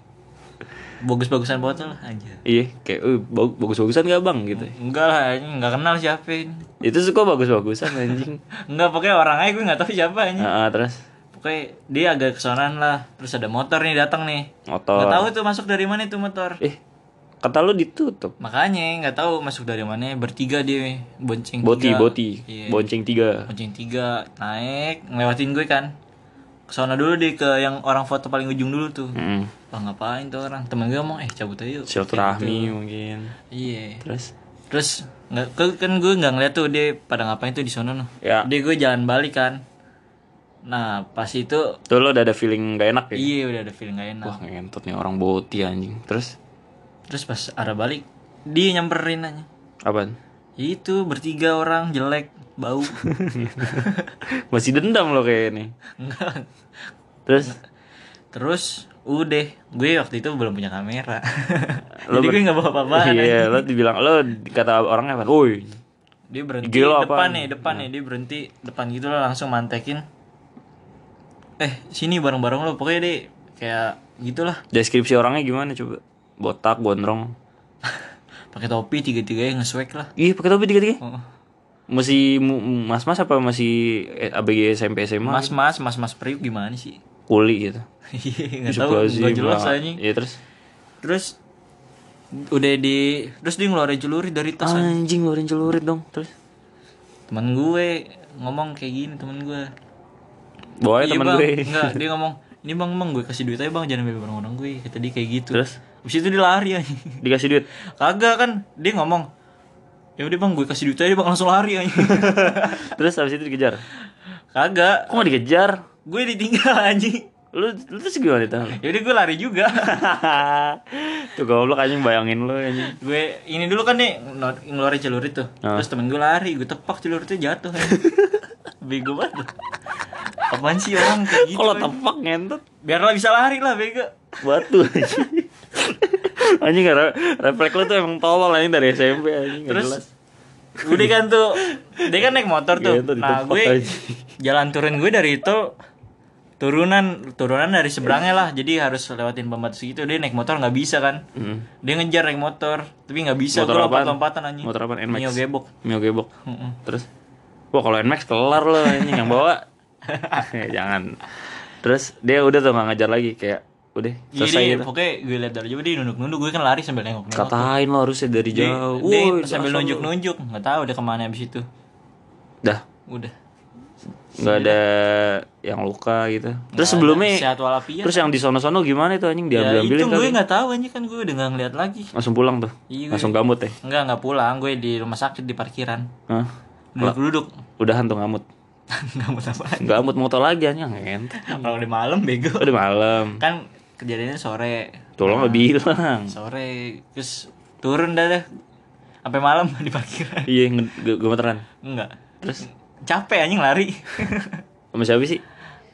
Speaker 1: bagus-bagusan foto lah anjir.
Speaker 2: Iya, kayak "Eh, bag- bagus-bagusan gak bang gitu.
Speaker 1: Enggak lah, anjing. enggak kenal siapa ini.
Speaker 2: Itu suka bagus-bagusan anjing.
Speaker 1: Enggak pokoknya orang aja gue nggak tahu siapa anjing.
Speaker 2: Heeh, terus
Speaker 1: Pokoknya dia agak kesonan lah. Terus ada motor nih datang nih. Enggak
Speaker 2: motor.
Speaker 1: tahu tuh masuk dari mana itu motor.
Speaker 2: Eh, kata lu ditutup.
Speaker 1: Makanya nggak tahu masuk dari mana bertiga dia bonceng
Speaker 2: Boti,
Speaker 1: tiga.
Speaker 2: boti.
Speaker 1: Iya.
Speaker 2: Bonceng tiga.
Speaker 1: bonceng tiga naik ngelewatin gue kan kesana dulu deh ke yang orang foto paling ujung dulu tuh
Speaker 2: Mm.
Speaker 1: Wah ngapain tuh orang temen gue ngomong eh cabut aja yuk
Speaker 2: Silaturahmi mungkin.
Speaker 1: iya
Speaker 2: Terus
Speaker 1: terus nggak ke- kan gue nggak ngeliat tuh dia pada ngapain tuh di sono noh
Speaker 2: Ya.
Speaker 1: dia gue jalan balik kan nah pas itu
Speaker 2: tuh lo udah ada feeling gak enak ya?
Speaker 1: iya udah ada feeling gak enak
Speaker 2: Wah, ngentot nih orang boti anjing. Terus
Speaker 1: terus pas arah balik dia nyamperin aja
Speaker 2: apaan?
Speaker 1: itu bertiga orang jelek bau
Speaker 2: Masih dendam lo kayak ini.
Speaker 1: Enggak.
Speaker 2: Terus
Speaker 1: Terus udah, gue waktu itu belum punya kamera. Jadi gue nggak bawa apa-apa. kan
Speaker 2: Iya, lo dibilang lo kata orangnya apa? Woi.
Speaker 1: Dia berhenti
Speaker 2: IG lo
Speaker 1: depan
Speaker 2: apaan?
Speaker 1: nih, depan nih, dia berhenti depan gitu lah langsung mantekin. Eh, sini bareng-bareng lo pokoknya deh kayak gitulah.
Speaker 2: Deskripsi orangnya gimana coba? Botak, gondrong.
Speaker 1: Pakai topi tiga-tiganya ngeswag lah.
Speaker 2: Ih, Iya, pakai topi tiga-tiga.
Speaker 1: Oh.
Speaker 2: Masih mu- mas-mas apa masih eh, ABG SMP SMA?
Speaker 1: Mas-mas, mas-mas priuk gimana sih?
Speaker 2: Kuli gitu.
Speaker 1: Iya, nggak tahu, nggak
Speaker 2: Subhazim,
Speaker 1: jelas
Speaker 2: Bang.
Speaker 1: anjing.
Speaker 2: Iya terus
Speaker 1: Terus udah di terus dia ngeluarin celuri dari tas anjing.
Speaker 2: Anjing ngeluarin celurit dong terus.
Speaker 1: temen gue ngomong kayak gini temen gue
Speaker 2: Boy
Speaker 1: Iya,
Speaker 2: teman
Speaker 1: bang.
Speaker 2: gue.
Speaker 1: Enggak, dia ngomong ini bang bang gue kasih duit aja bang jangan bebek orang-orang gue kata dia kayak gitu
Speaker 2: Terus
Speaker 1: Abis itu dia lari aja
Speaker 2: dikasih duit.
Speaker 1: kagak kan dia ngomong ya udah bang gue kasih duit aja bang langsung lari aja
Speaker 2: Terus habis itu dikejar.
Speaker 1: kagak
Speaker 2: Kok gak dikejar?
Speaker 1: gue ditinggal anjing
Speaker 2: Lu lu terus gimana itu?
Speaker 1: ya udah gue lari juga
Speaker 2: Tuh goblok anjing bayangin lu anjing.
Speaker 1: gue ini dulu kan nih ngelu- ngeluarin celurit tuh
Speaker 2: Ah.
Speaker 1: terus temen gue lari gue tepak celuritnya jatuh kan bego banget apaan sih orang kayak gitu
Speaker 2: Kalau
Speaker 1: kan?
Speaker 2: tepak ngentot
Speaker 1: biarlah bisa lari lah bego
Speaker 2: batu anjing. anjing re- refleks lu tuh emang tolol anjing dari SMP anjing. nggak
Speaker 1: terus
Speaker 2: jelas.
Speaker 1: udah kan tuh dia kan naik motor tuh
Speaker 2: Gitu,
Speaker 1: nah
Speaker 2: ditepak
Speaker 1: gue
Speaker 2: aja.
Speaker 1: jalan turun gue dari itu turunan turunan dari seberangnya lah jadi harus lewatin pembatas gitu dia naik motor nggak bisa kan
Speaker 2: Mm.
Speaker 1: dia ngejar naik motor tapi nggak bisa
Speaker 2: Motor
Speaker 1: gue
Speaker 2: apaan?
Speaker 1: lompat lompatan anjing
Speaker 2: Motor apaan? NMAX.
Speaker 1: Mio gebok
Speaker 2: Mio gebok.
Speaker 1: Mm-mm.
Speaker 2: Terus Wah kalau NMAX kelar lo anjing yang bawa Eh, Jangan Terus dia udah tuh gak ngejar lagi Kayak udah selesai
Speaker 1: Jadi
Speaker 2: gitu
Speaker 1: pokoknya gue liat dari jauh dia nunduk-nunduk gue kan lari sambil nengok nengok.
Speaker 2: Katain lo harusnya dari
Speaker 1: Dia,
Speaker 2: jauh Woi,
Speaker 1: dia sambil
Speaker 2: dasar lo.
Speaker 1: nunjuk-nunjuk, nggak tahu dia kemana abis itu.
Speaker 2: Dah
Speaker 1: Udah.
Speaker 2: nggak ada yang luka gitu Terus
Speaker 1: Nggak
Speaker 2: sebelumnya
Speaker 1: ada sehat walafiat.
Speaker 2: Terus yang di sono-sono gimana itu anjing
Speaker 1: ya itu
Speaker 2: diambil-ambilin
Speaker 1: gue
Speaker 2: kali
Speaker 1: nggak tahu aja kan gue udah nggak ngeliat lagi.
Speaker 2: Langsung pulang tuh
Speaker 1: Iya, gue-
Speaker 2: Langsung gamut ya
Speaker 1: Enggak nggak pulang, gue di rumah sakit di parkiran.
Speaker 2: Hah?
Speaker 1: Duduk-duduk.
Speaker 2: Udahan tuh ngamut
Speaker 1: Nggak mau apa.
Speaker 2: Gamut motor lagi anjing ngentot
Speaker 1: Kalau udah malam bego.
Speaker 2: Udah malam
Speaker 1: Kan kejadiannya sore.
Speaker 2: Tolong lo bilang
Speaker 1: Sore terus turun dah dah. Sampai malam di parkiran.
Speaker 2: Iya nge- ge- gemeteran
Speaker 1: Enggak. Terus capek anjing lari
Speaker 2: Sama siapa sih?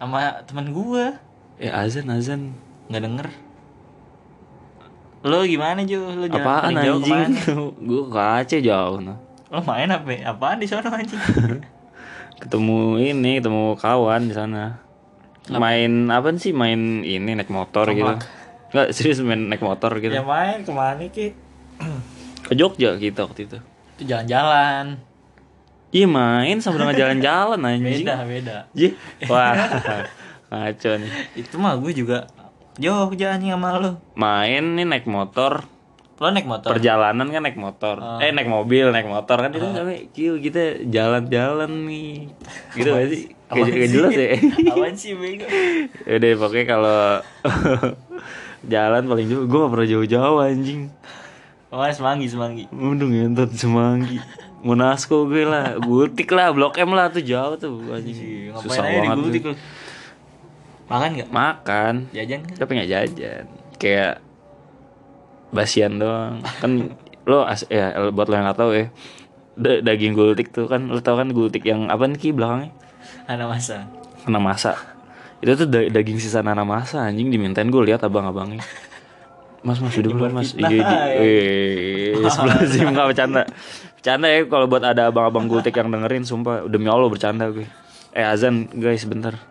Speaker 1: sama teman gue.
Speaker 2: Ya azan azan
Speaker 1: nggak denger lo gimana Jo lo jalan
Speaker 2: Apaan
Speaker 1: paling jauh
Speaker 2: anjing?
Speaker 1: kemana?
Speaker 2: Gue ke Aceh jauh nah.
Speaker 1: lo main apa apaan di sono anjing
Speaker 2: Ketemu ini, ketemu kawan di sana. Main apa sih? Main ini naik motor gitu. Enggak, serius main naik motor gitu.
Speaker 1: ya main kemana ki
Speaker 2: Ke Jogja kita waktu itu.
Speaker 1: itu jalan-jalan
Speaker 2: Iya main sama dengan jalan-jalan anjing.
Speaker 1: beda beda
Speaker 2: Iya. Wah. Kacau nih.
Speaker 1: itu mah gue juga Jogja anjing sama lo
Speaker 2: Main nih naik motor,
Speaker 1: lo naik motor
Speaker 2: perjalanan kan naik motor.
Speaker 1: Oh.
Speaker 2: Eh naik mobil, naik motor kan itu namanya kill kita jalan-jalan nih. Gitu gak sih? Kayak gak jelas ya.
Speaker 1: apaan sih bego
Speaker 2: Udah Ya pokoknya kalau jalan paling jauh gue gak pernah jauh-jauh anjing.
Speaker 1: Mas Oh, semanggi semanggi
Speaker 2: Untung ngentot semanggi. Monasco gue lah, Gutik lah, Blok M lah tuh jauh tuh anjing.
Speaker 1: Iya, ngapain
Speaker 2: Hmm, Susah
Speaker 1: aja di
Speaker 2: banget.
Speaker 1: Gultik
Speaker 2: tuh.
Speaker 1: lo makan nggak
Speaker 2: Makan,
Speaker 1: jajan nggak
Speaker 2: tapi nggak jajan. Kayak basian doang. Kan lo as ya buat lo yang gak tahu ya. da- daging gultik tuh kan lo tau kan gultik yang apa nih Ki, belakangnya
Speaker 1: ada masa
Speaker 2: Nana masa itu tuh da- daging sisa nana masa anjing dimintain gue lihat abang-abangnya mas mas udah belum mas
Speaker 1: Fitnah,
Speaker 2: iya iya
Speaker 1: ya.
Speaker 2: Wih, sebelum sih nggak bercanda bercanda ya kalau buat ada abang-abang gultik yang dengerin sumpah demi allah bercanda gue eh azan guys bentar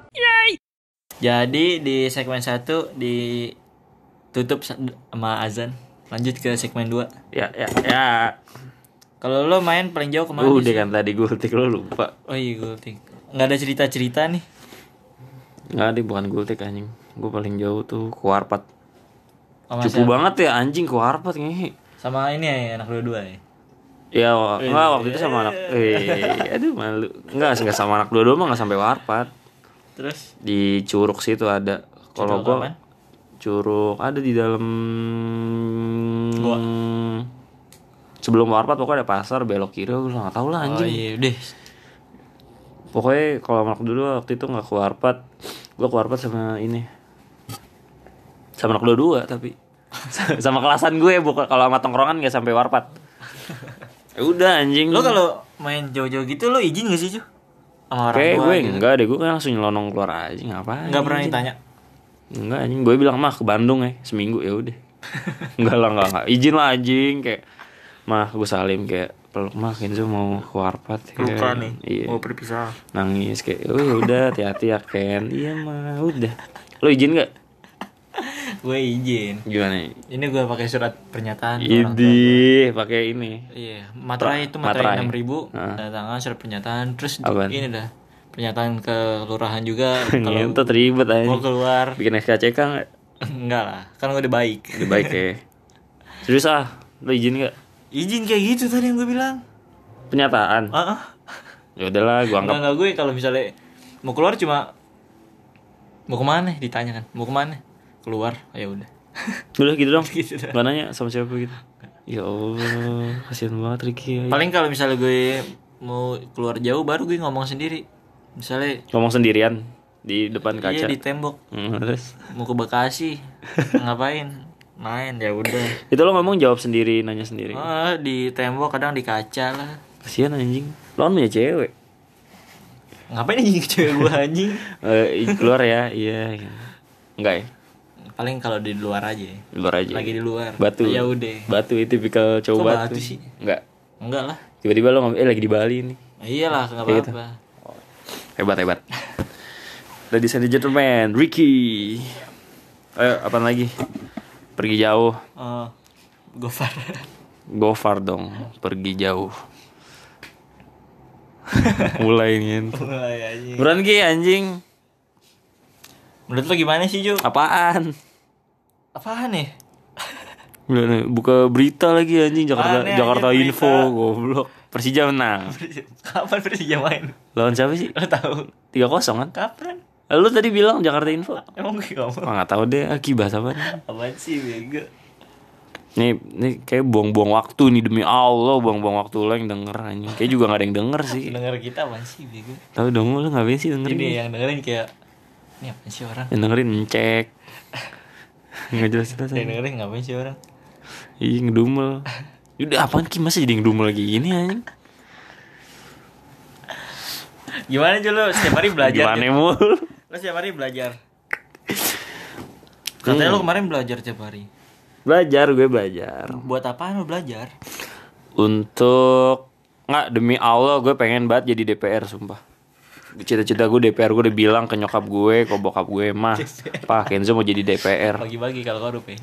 Speaker 1: Jadi di segmen 1 ditutup sa- sama azan. Lanjut ke segmen 2.
Speaker 2: ya ya ya
Speaker 1: Kalau lo main paling jauh kemana?
Speaker 2: udah
Speaker 1: sih?
Speaker 2: kan tadi gultik lo lupa
Speaker 1: Oh iya gue think. Nggak ada cerita-cerita nih.
Speaker 2: nggak deh bukan gultik anjing gue paling jauh tuh ke warpat
Speaker 1: Sama,
Speaker 2: cupu banget ya anjing ke warpat ngehe
Speaker 1: sama ini ya anak lo dua ya.
Speaker 2: Ya, wa-
Speaker 1: Iya.
Speaker 2: enggak waktu itu sama anak. Eh, aduh malu. Enggak, enggak sama anak dua-dua mah enggak sampai warpat.
Speaker 1: Terus
Speaker 2: Di Curug situ ada. Kalau
Speaker 1: Curug apaan?
Speaker 2: gua Curug ada di dalam
Speaker 1: Gua.
Speaker 2: Sebelum warpat pokoknya ada pasar belok kiri gue nggak tahu lah
Speaker 1: Oh
Speaker 2: anjing.
Speaker 1: iya deh.
Speaker 2: Pokoknya kalau sama anak dua waktu itu nggak ke warpat. Gua ke warpat sama ini. Sama anak dua-dua tapi sama kelasan gue bukan kalau sama tongkrongan nggak sampai warpat. Ya udah anjing.
Speaker 1: Lo kalau main jauh-jauh gitu lo izin gak sih, Cu? Sama orang
Speaker 2: Kayak
Speaker 1: tua
Speaker 2: gue
Speaker 1: gitu.
Speaker 2: enggak deh, gue kan langsung nyelonong keluar aja ngapain?
Speaker 1: Nggak pernah
Speaker 2: anjing?
Speaker 1: ditanya.
Speaker 2: Enggak anjing, gue bilang mah ke Bandung ya seminggu ya udah. enggak lah enggak, enggak. izin lah anjing kayak mah gue salim kayak peluk mah Kenzo mau ke warpat ya.
Speaker 1: Luka nih.
Speaker 2: Iya.
Speaker 1: Mau berpisah.
Speaker 2: Nangis kayak oh ya udah hati-hati ya Ken. Iya mah udah. Lo izin enggak?
Speaker 1: Gue izin.
Speaker 2: Gimana?
Speaker 1: Ini gue pakai surat pernyataan. ke orang tua.
Speaker 2: Idih, pakai ini.
Speaker 1: Iya, materai itu materai
Speaker 2: materai.
Speaker 1: enam ribu,
Speaker 2: Heeh.
Speaker 1: tanda tangan surat pernyataan, terus di-
Speaker 2: Apaan?
Speaker 1: ini dah pernyataan ke kelurahan juga kalau
Speaker 2: Ngentot ribet
Speaker 1: mau
Speaker 2: anjing.
Speaker 1: keluar
Speaker 2: Bikin SKCK enggak?
Speaker 1: enggak lah, kan udah baik.
Speaker 2: Lebih baik ya. Serius ah, lo izin nggak?
Speaker 1: izin kayak gitu tadi yang gue bilang
Speaker 2: Penyataan.
Speaker 1: ah ah.
Speaker 2: Ya udahlah, gua
Speaker 1: nggak
Speaker 2: anggap.
Speaker 1: nggak gue kalau misalnya mau keluar cuma mau kemana ditanya kan mau kemana keluar ya udah
Speaker 2: Udah gitu dong.
Speaker 1: Gitu dah.
Speaker 2: Gak nanya sama siapa gitu. Ya Allah, kasihan banget Ricky.
Speaker 1: Hmm. paling kalau misalnya gue mau keluar jauh baru gue ngomong sendiri misalnya
Speaker 2: Ngomong sendirian di depan
Speaker 1: iya
Speaker 2: kaca.
Speaker 1: di tembok
Speaker 2: Hmm, terus
Speaker 1: mau ke Bekasi ngapain main ya udah
Speaker 2: itu lo ngomong jawab sendiri, nanya sendiri.
Speaker 1: Ah, di tembok kadang di kaca lah
Speaker 2: Kasihan anjing. Lo kan punya cewek.
Speaker 1: ngapain anjing cewek gue anjing
Speaker 2: Eh, i- keluar ya, iya. iya. Enggak ya?
Speaker 1: paling kalau di luar aja ya.
Speaker 2: Di Luar aja.
Speaker 1: lagi di luar
Speaker 2: Batu.
Speaker 1: ya udah
Speaker 2: Batu itu tipikal cowok
Speaker 1: Kok
Speaker 2: batu.
Speaker 1: batu sih?
Speaker 2: Enggak.
Speaker 1: enggak lah
Speaker 2: Tiba-tiba lo ngomong, eh lagi di Bali nih.
Speaker 1: iyalah Ah, iya nggak apa-apa
Speaker 2: Hebat hebat. Ladies and gentlemen, Ricky. Ayo, apa lagi? Pergi jauh.
Speaker 1: oh, gofar
Speaker 2: Go far dong, pergi jauh. Mulai nih.
Speaker 1: mulai iya, anjing
Speaker 2: Buruan Ki anjing.
Speaker 1: menurut lo gimana sih Ju
Speaker 2: Apaan?
Speaker 1: apaan nih
Speaker 2: Bulan- eh, Buka berita lagi anjing Jakarta
Speaker 1: Aneh aja
Speaker 2: Jakarta
Speaker 1: berita.
Speaker 2: Info goblok. Persija menang.
Speaker 1: kapan Persija main
Speaker 2: Lawan siapa sih?
Speaker 1: lo tahu
Speaker 2: 3-0 kan?
Speaker 1: kapan
Speaker 2: Lu tadi bilang Jakarta Info.
Speaker 1: emang gue ngomong
Speaker 2: Wah, nggak tahu deh Aki bahas apa nih.
Speaker 1: apaan sih bego
Speaker 2: Nih, nih kayak buang-buang waktu nih demi Allah, buang-buang waktu lo yang denger anjing. Kayak juga gak ada yang denger sih.
Speaker 1: denger kita apaan sih bego
Speaker 2: Tahu dong lo ngapain sih dengerin?
Speaker 1: ini yang dengerin kayak ini apa sih orang
Speaker 2: Yang dengerin cek. Enggak jelas jelas.
Speaker 1: yang dengerin ngapain sih orang
Speaker 2: Ih, ngedumel. Udah apaan Ki masa jadi ngedumel lagi gini anjing?
Speaker 1: gimana Ju lo setiap hari belajar ya?
Speaker 2: Gimana
Speaker 1: Ju?
Speaker 2: mul?
Speaker 1: lo setiap hari belajar katanya lo kemarin belajar tiap hari
Speaker 2: Belajar gue belajar.
Speaker 1: buat apaan lo belajar
Speaker 2: Untuk nggak demi Allah gue pengen banget jadi DPR sumpah. Cita-cita gue DPR gue udah bilang ke nyokap gue, ke bokap gue mah, Pak Kenzo mau jadi DPR.
Speaker 1: bagi-bagi kalau korup ya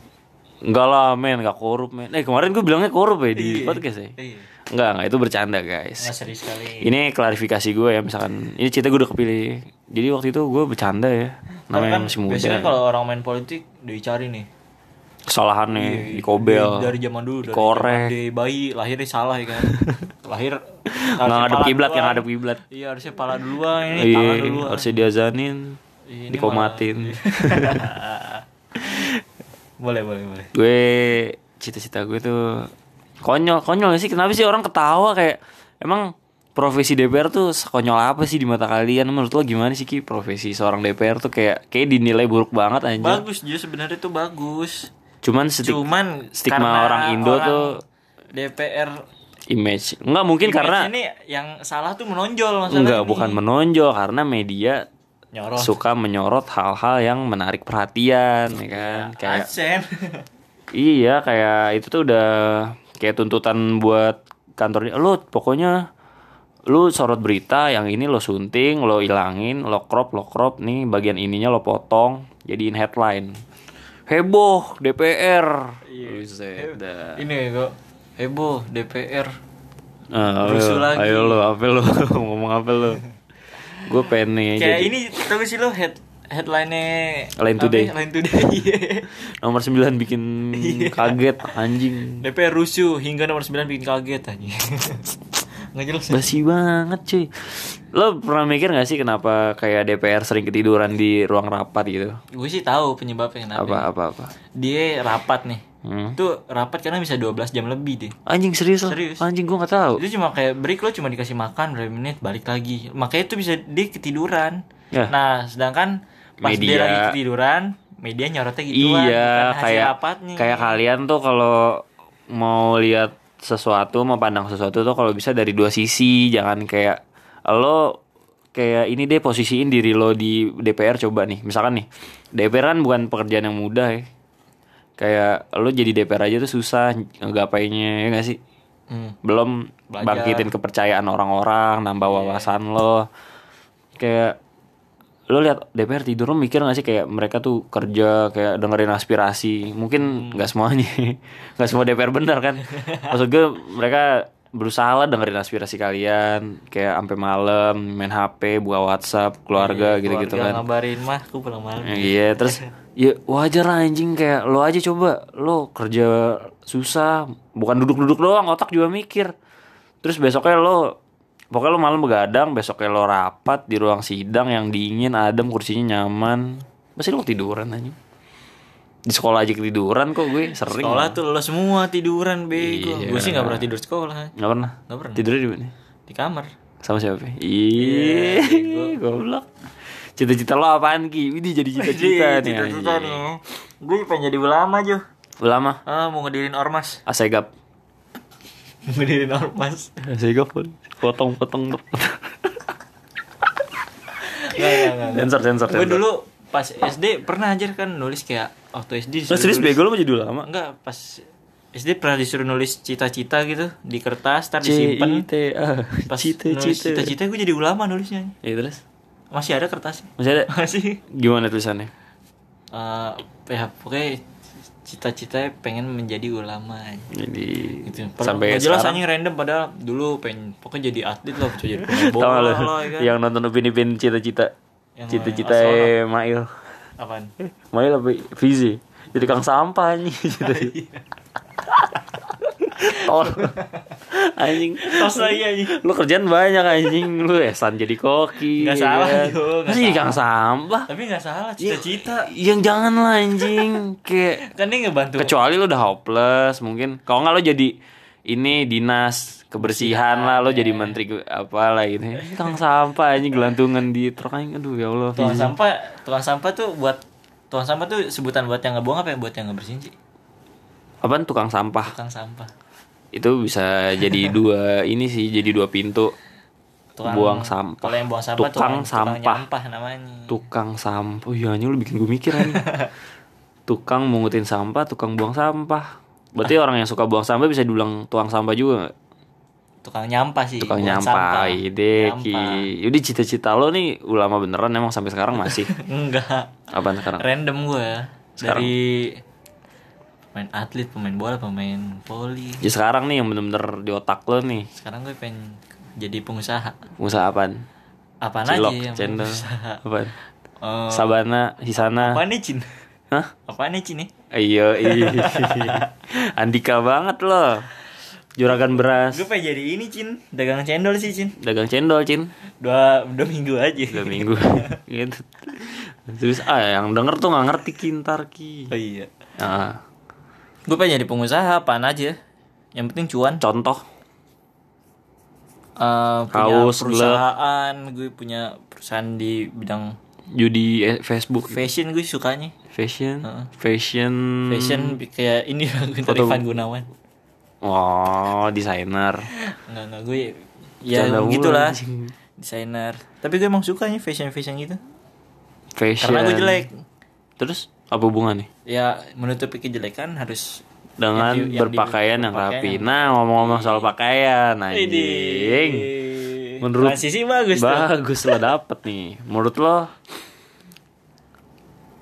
Speaker 2: Enggak lah men, enggak korup men. Eh kemarin gue bilangnya korup ya di
Speaker 1: Iya.
Speaker 2: podcast ya.
Speaker 1: iya
Speaker 2: Enggak, enggak itu bercanda guys.
Speaker 1: nggak serius sekali
Speaker 2: Ini klarifikasi gue ya misalkan. Ini cerita gue udah kepilih. Jadi waktu itu gue bercanda ya. Namanya masih
Speaker 1: kan biasanya
Speaker 2: muda.
Speaker 1: kalau orang main politik dicari nih
Speaker 2: Kesalahannya dikobel.
Speaker 1: Iya, Dari- dari zaman dulu dari
Speaker 2: Eh, dikorek.
Speaker 1: zaman dari bayi lahirnya salah ya kan lahir
Speaker 2: Nggak
Speaker 1: harusnya
Speaker 2: ngadep
Speaker 1: pala
Speaker 2: kiblat, yang
Speaker 1: duluan.
Speaker 2: ngadep kiblat.
Speaker 1: iya harusnya pala duluan ini
Speaker 2: Iya,
Speaker 1: tangan duluan
Speaker 2: harusnya diazanin,
Speaker 1: ah. Ini iya.
Speaker 2: dikomatin.
Speaker 1: boleh boleh boleh
Speaker 2: gue cita-cita gue tuh konyol, konyol nggak sih. Kenapa sih orang ketawa kayak emang profesi DPR tuh sekonyol apa sih di mata kalian? Menurut lo gimana sih Ki profesi seorang DPR tuh kayak kayak dinilai buruk banget anjir.
Speaker 1: bagus Ju sebenarnya tuh bagus
Speaker 2: Cuman sedikit
Speaker 1: cuman
Speaker 2: stigma
Speaker 1: karena
Speaker 2: orang Indo tuh
Speaker 1: DPR
Speaker 2: image nggak mungkin karena
Speaker 1: ini yang salah tuh menonjol masalahnya
Speaker 2: nggak
Speaker 1: nih.
Speaker 2: bukan menonjol karena media
Speaker 1: nyorot
Speaker 2: suka menyorot hal-hal yang menarik perhatian ya kan kayak
Speaker 1: Asen.
Speaker 2: iya kayak itu tuh udah kayak tuntutan buat kantornya lu pokoknya lu sorot berita yang ini lo sunting lo ilangin lo crop lo crop nih bagian ininya lo potong jadiin headline heboh DPR
Speaker 1: Iya.
Speaker 2: Buset dah.
Speaker 1: ini kok heboh DPR
Speaker 2: Ah,
Speaker 1: Rusuh
Speaker 2: ayo,
Speaker 1: lagi.
Speaker 2: ayo lo, apa lo, ngomong apa lo? Gue pengen
Speaker 1: kayak
Speaker 2: nih jadi
Speaker 1: ini tapi sih lo head headline-nya
Speaker 2: Line
Speaker 1: apa
Speaker 2: Today.
Speaker 1: ya? Line Today iya.
Speaker 2: nomor 9 bikin kaget anjing.
Speaker 1: DPR rusuh hingga nomor 9 bikin kaget anjing nggak jelas ya?
Speaker 2: Basi banget cuy. Lo pernah mikir gak sih kenapa kayak DPR sering ketiduran di ruang rapat gitu?
Speaker 1: gue sih tahu penyebabnya kenapa ya?
Speaker 2: Apa apa apa.
Speaker 1: dia rapat nih
Speaker 2: Hmm.
Speaker 1: itu rapat karena bisa 12 jam lebih deh
Speaker 2: Anjing serius lo?
Speaker 1: Serius.
Speaker 2: Anjing gue gak tahu.
Speaker 1: itu cuma kayak break lo cuma dikasih makan berapa menit balik lagi makanya itu bisa dia ketiduran
Speaker 2: Ya.
Speaker 1: nah sedangkan pas dia
Speaker 2: Media.
Speaker 1: lagi ketiduran media nyorotnya gituan bukan
Speaker 2: Iya,
Speaker 1: hasil
Speaker 2: kayak
Speaker 1: rapatnya
Speaker 2: kayak kalian tuh kalau mau lihat sesuatu, mau pandang sesuatu tuh kalau bisa dari dua sisi, jangan kayak lo kayak ini deh posisiin diri lo di DPR coba nih. Misalkan nih, DPR kan bukan pekerjaan yang mudah ya. Kayak lo jadi DPR aja tuh susah ngegapainya ya gak sih?
Speaker 1: Hmm.
Speaker 2: belum
Speaker 1: Belajar. Iya.
Speaker 2: bangkitin kepercayaan orang-orang, nambah wawasan lo. Kayak lo lihat DPR tidur lo mikir gak sih kayak mereka tuh kerja kayak dengerin
Speaker 1: Hmm.
Speaker 2: aspirasi. Mungkin nggak semuanya, nggak semua DPR benar kan. Maksud gue mereka berusaha lah dengerin aspirasi kalian kayak sampai malam main HP buka WhatsApp keluarga gitu-gitu
Speaker 1: Iya, Keluarga
Speaker 2: kan
Speaker 1: ngabarin mah aku pulang malam
Speaker 2: iya terus ya wajar lah anjing kayak lo aja coba lo kerja susah bukan duduk-duduk doang otak juga mikir terus besoknya lo pokoknya lo malam begadang besoknya lo rapat di ruang sidang yang dingin adem kursinya nyaman pasti lo tiduran anjing di sekolah aja ketiduran kok gue sering ya.
Speaker 1: sekolah tuh lo semua tiduran bego
Speaker 2: Iya.
Speaker 1: gue sih nggak pernah tidur sekolah
Speaker 2: nggak pernah
Speaker 1: nggak pernah
Speaker 2: tidurnya di mana
Speaker 1: di kamar
Speaker 2: sama siapa? Iya, goblok. Cita-cita lo apaan Ki? Ini jadi cita-cita nih.
Speaker 1: Iya, cita-cita
Speaker 2: anjing.
Speaker 1: nih gue pengen jadi ulama Jo
Speaker 2: Ulama,
Speaker 1: ah mau ngedirin ormas
Speaker 2: asegap.
Speaker 1: mau ngedirin ormas
Speaker 2: Asegap potong-potong.
Speaker 1: Nggak, nggak, nggak.
Speaker 2: sensor sensor
Speaker 1: gue
Speaker 2: sensor.
Speaker 1: dulu pas SD pernah aja kan nulis kayak waktu SD
Speaker 2: Lo
Speaker 1: disuruh
Speaker 2: serius
Speaker 1: nulis-
Speaker 2: bego lo mau jadi ulama?
Speaker 1: enggak pas SD pernah disuruh nulis cita-cita gitu di kertas tar
Speaker 2: C I
Speaker 1: disimpan
Speaker 2: T A.
Speaker 1: pas nulis
Speaker 2: Cita-cita.
Speaker 1: cita-cita gue jadi ulama nulisnya
Speaker 2: Iya terus.
Speaker 1: masih ada kertasnya
Speaker 2: Masih ada?
Speaker 1: masih
Speaker 2: Gimana tulisannya?
Speaker 1: Eh, ya pokoknya cita-citanya pengen menjadi ulama
Speaker 2: Jadi
Speaker 1: gitu.
Speaker 2: sampai
Speaker 1: Padahal jelas
Speaker 2: sekarang
Speaker 1: anjing random padahal dulu pengen pokoknya jadi atlet lah, jadi pemain
Speaker 2: Tau
Speaker 1: bola
Speaker 2: gak lo
Speaker 1: lah ya kan.
Speaker 2: yang nonton Upin Ipin cita-cita
Speaker 1: Yang
Speaker 2: cita-cita eh, Mail
Speaker 1: Apaan?
Speaker 2: Mail apa Fizi jadi kang sampah nih cita-cita
Speaker 1: Iya.
Speaker 2: tol anjing
Speaker 1: Tos lagi anjing.
Speaker 2: lu kerjaan banyak anjing lu esan jadi koki
Speaker 1: Nggak
Speaker 2: ya
Speaker 1: salah,
Speaker 2: kan?
Speaker 1: Jo, nggak
Speaker 2: Masa jadi kang sampah
Speaker 1: Tapi nggak salah
Speaker 2: Iya.
Speaker 1: cita-cita.
Speaker 2: yang jangan lah anjing kayak
Speaker 1: Kan ini ngebantu.
Speaker 2: kecuali lu udah hopeless mungkin kalau nggak lu jadi ini dinas kebersihan lah lu jadi menteri ke- apalah gitu ya. kang sampah anjing gelantungan di truk anjing aduh ya Allah
Speaker 1: Tuang
Speaker 2: Fizi.
Speaker 1: sampah, tuang sampah tuh buat tuang sampah tuh sebutan buat yang ngebuang apa ya? Buat yang ngebersihin sih.
Speaker 2: apaan tukang sampah
Speaker 1: Tukang sampah.
Speaker 2: itu bisa jadi dua ini sih jadi dua pintu buang sampah
Speaker 1: Kalau yang buang sampah
Speaker 2: tukang
Speaker 1: tukang
Speaker 2: sampah
Speaker 1: nyampah namanya.
Speaker 2: tukang sampah iya anjing lu bikin gue mikir anjing. tukang mungutin sampah tukang buang sampah berarti orang yang suka buang sampah bisa dibilang tuang sampah juga nggak?
Speaker 1: Tukang nyampah sih.
Speaker 2: tukang
Speaker 1: Iya, buang
Speaker 2: nyampah ide
Speaker 1: Nyampah.
Speaker 2: ki jadi cita-cita lo nih ulama beneran emang sampai sekarang masih
Speaker 1: Enggak.
Speaker 2: apaan sekarang
Speaker 1: random gue dari pemain atlet pemain bola pemain voli
Speaker 2: ya sekarang nih yang bener-bener di otak lo nih
Speaker 1: sekarang gue pengen jadi pengusaha
Speaker 2: usaha apaan
Speaker 1: apa
Speaker 2: cilok
Speaker 1: aja yang
Speaker 2: cendol
Speaker 1: pengusaha
Speaker 2: apaan
Speaker 1: Eh,
Speaker 2: sabana hisana
Speaker 1: apa nih cin
Speaker 2: Hah?
Speaker 1: apa nih cin nih
Speaker 2: Iya, iya. Andika banget loh. Juragan beras,
Speaker 1: gue pengen jadi ini cin dagang cendol sih cin
Speaker 2: dagang cendol, Cin.
Speaker 1: dua dua minggu aja
Speaker 2: Dua minggu. gitu. Terus ah yang denger tuh nggak ngerti kintar ki.
Speaker 1: oh, iya
Speaker 2: Ah,
Speaker 1: gue pengen jadi pengusaha apaan aja yang penting cuan
Speaker 2: contoh
Speaker 1: Eh, punya
Speaker 2: Kaos,
Speaker 1: perusahaan gue punya perusahaan di bidang
Speaker 2: judi eh, Facebook
Speaker 1: fashion gue sukanya
Speaker 2: fashion fashion
Speaker 1: fashion kayak ini gue
Speaker 2: Hmm. Foto-
Speaker 1: Ivan Gunawan
Speaker 2: Oh, desainer.
Speaker 1: Enggak, enggak gue ya
Speaker 2: Bercanda mulu,
Speaker 1: gitulah
Speaker 2: anjing.
Speaker 1: desainer tapi gue emang suka nih fashion fashion gitu
Speaker 2: Fashion.
Speaker 1: karena gue jelek
Speaker 2: Terus apa hubungannya?
Speaker 1: ya menutupi kejelekan harus Yang
Speaker 2: Dengan
Speaker 1: di- yang di-
Speaker 2: berpakaian yang
Speaker 1: berpakaian
Speaker 2: rapi.
Speaker 1: yang-
Speaker 2: Nah, ngomong-ngomong soal pakaian, anjing. Menurut-
Speaker 1: transisi bagus tuh
Speaker 2: bagus lo dapet nih menurut lo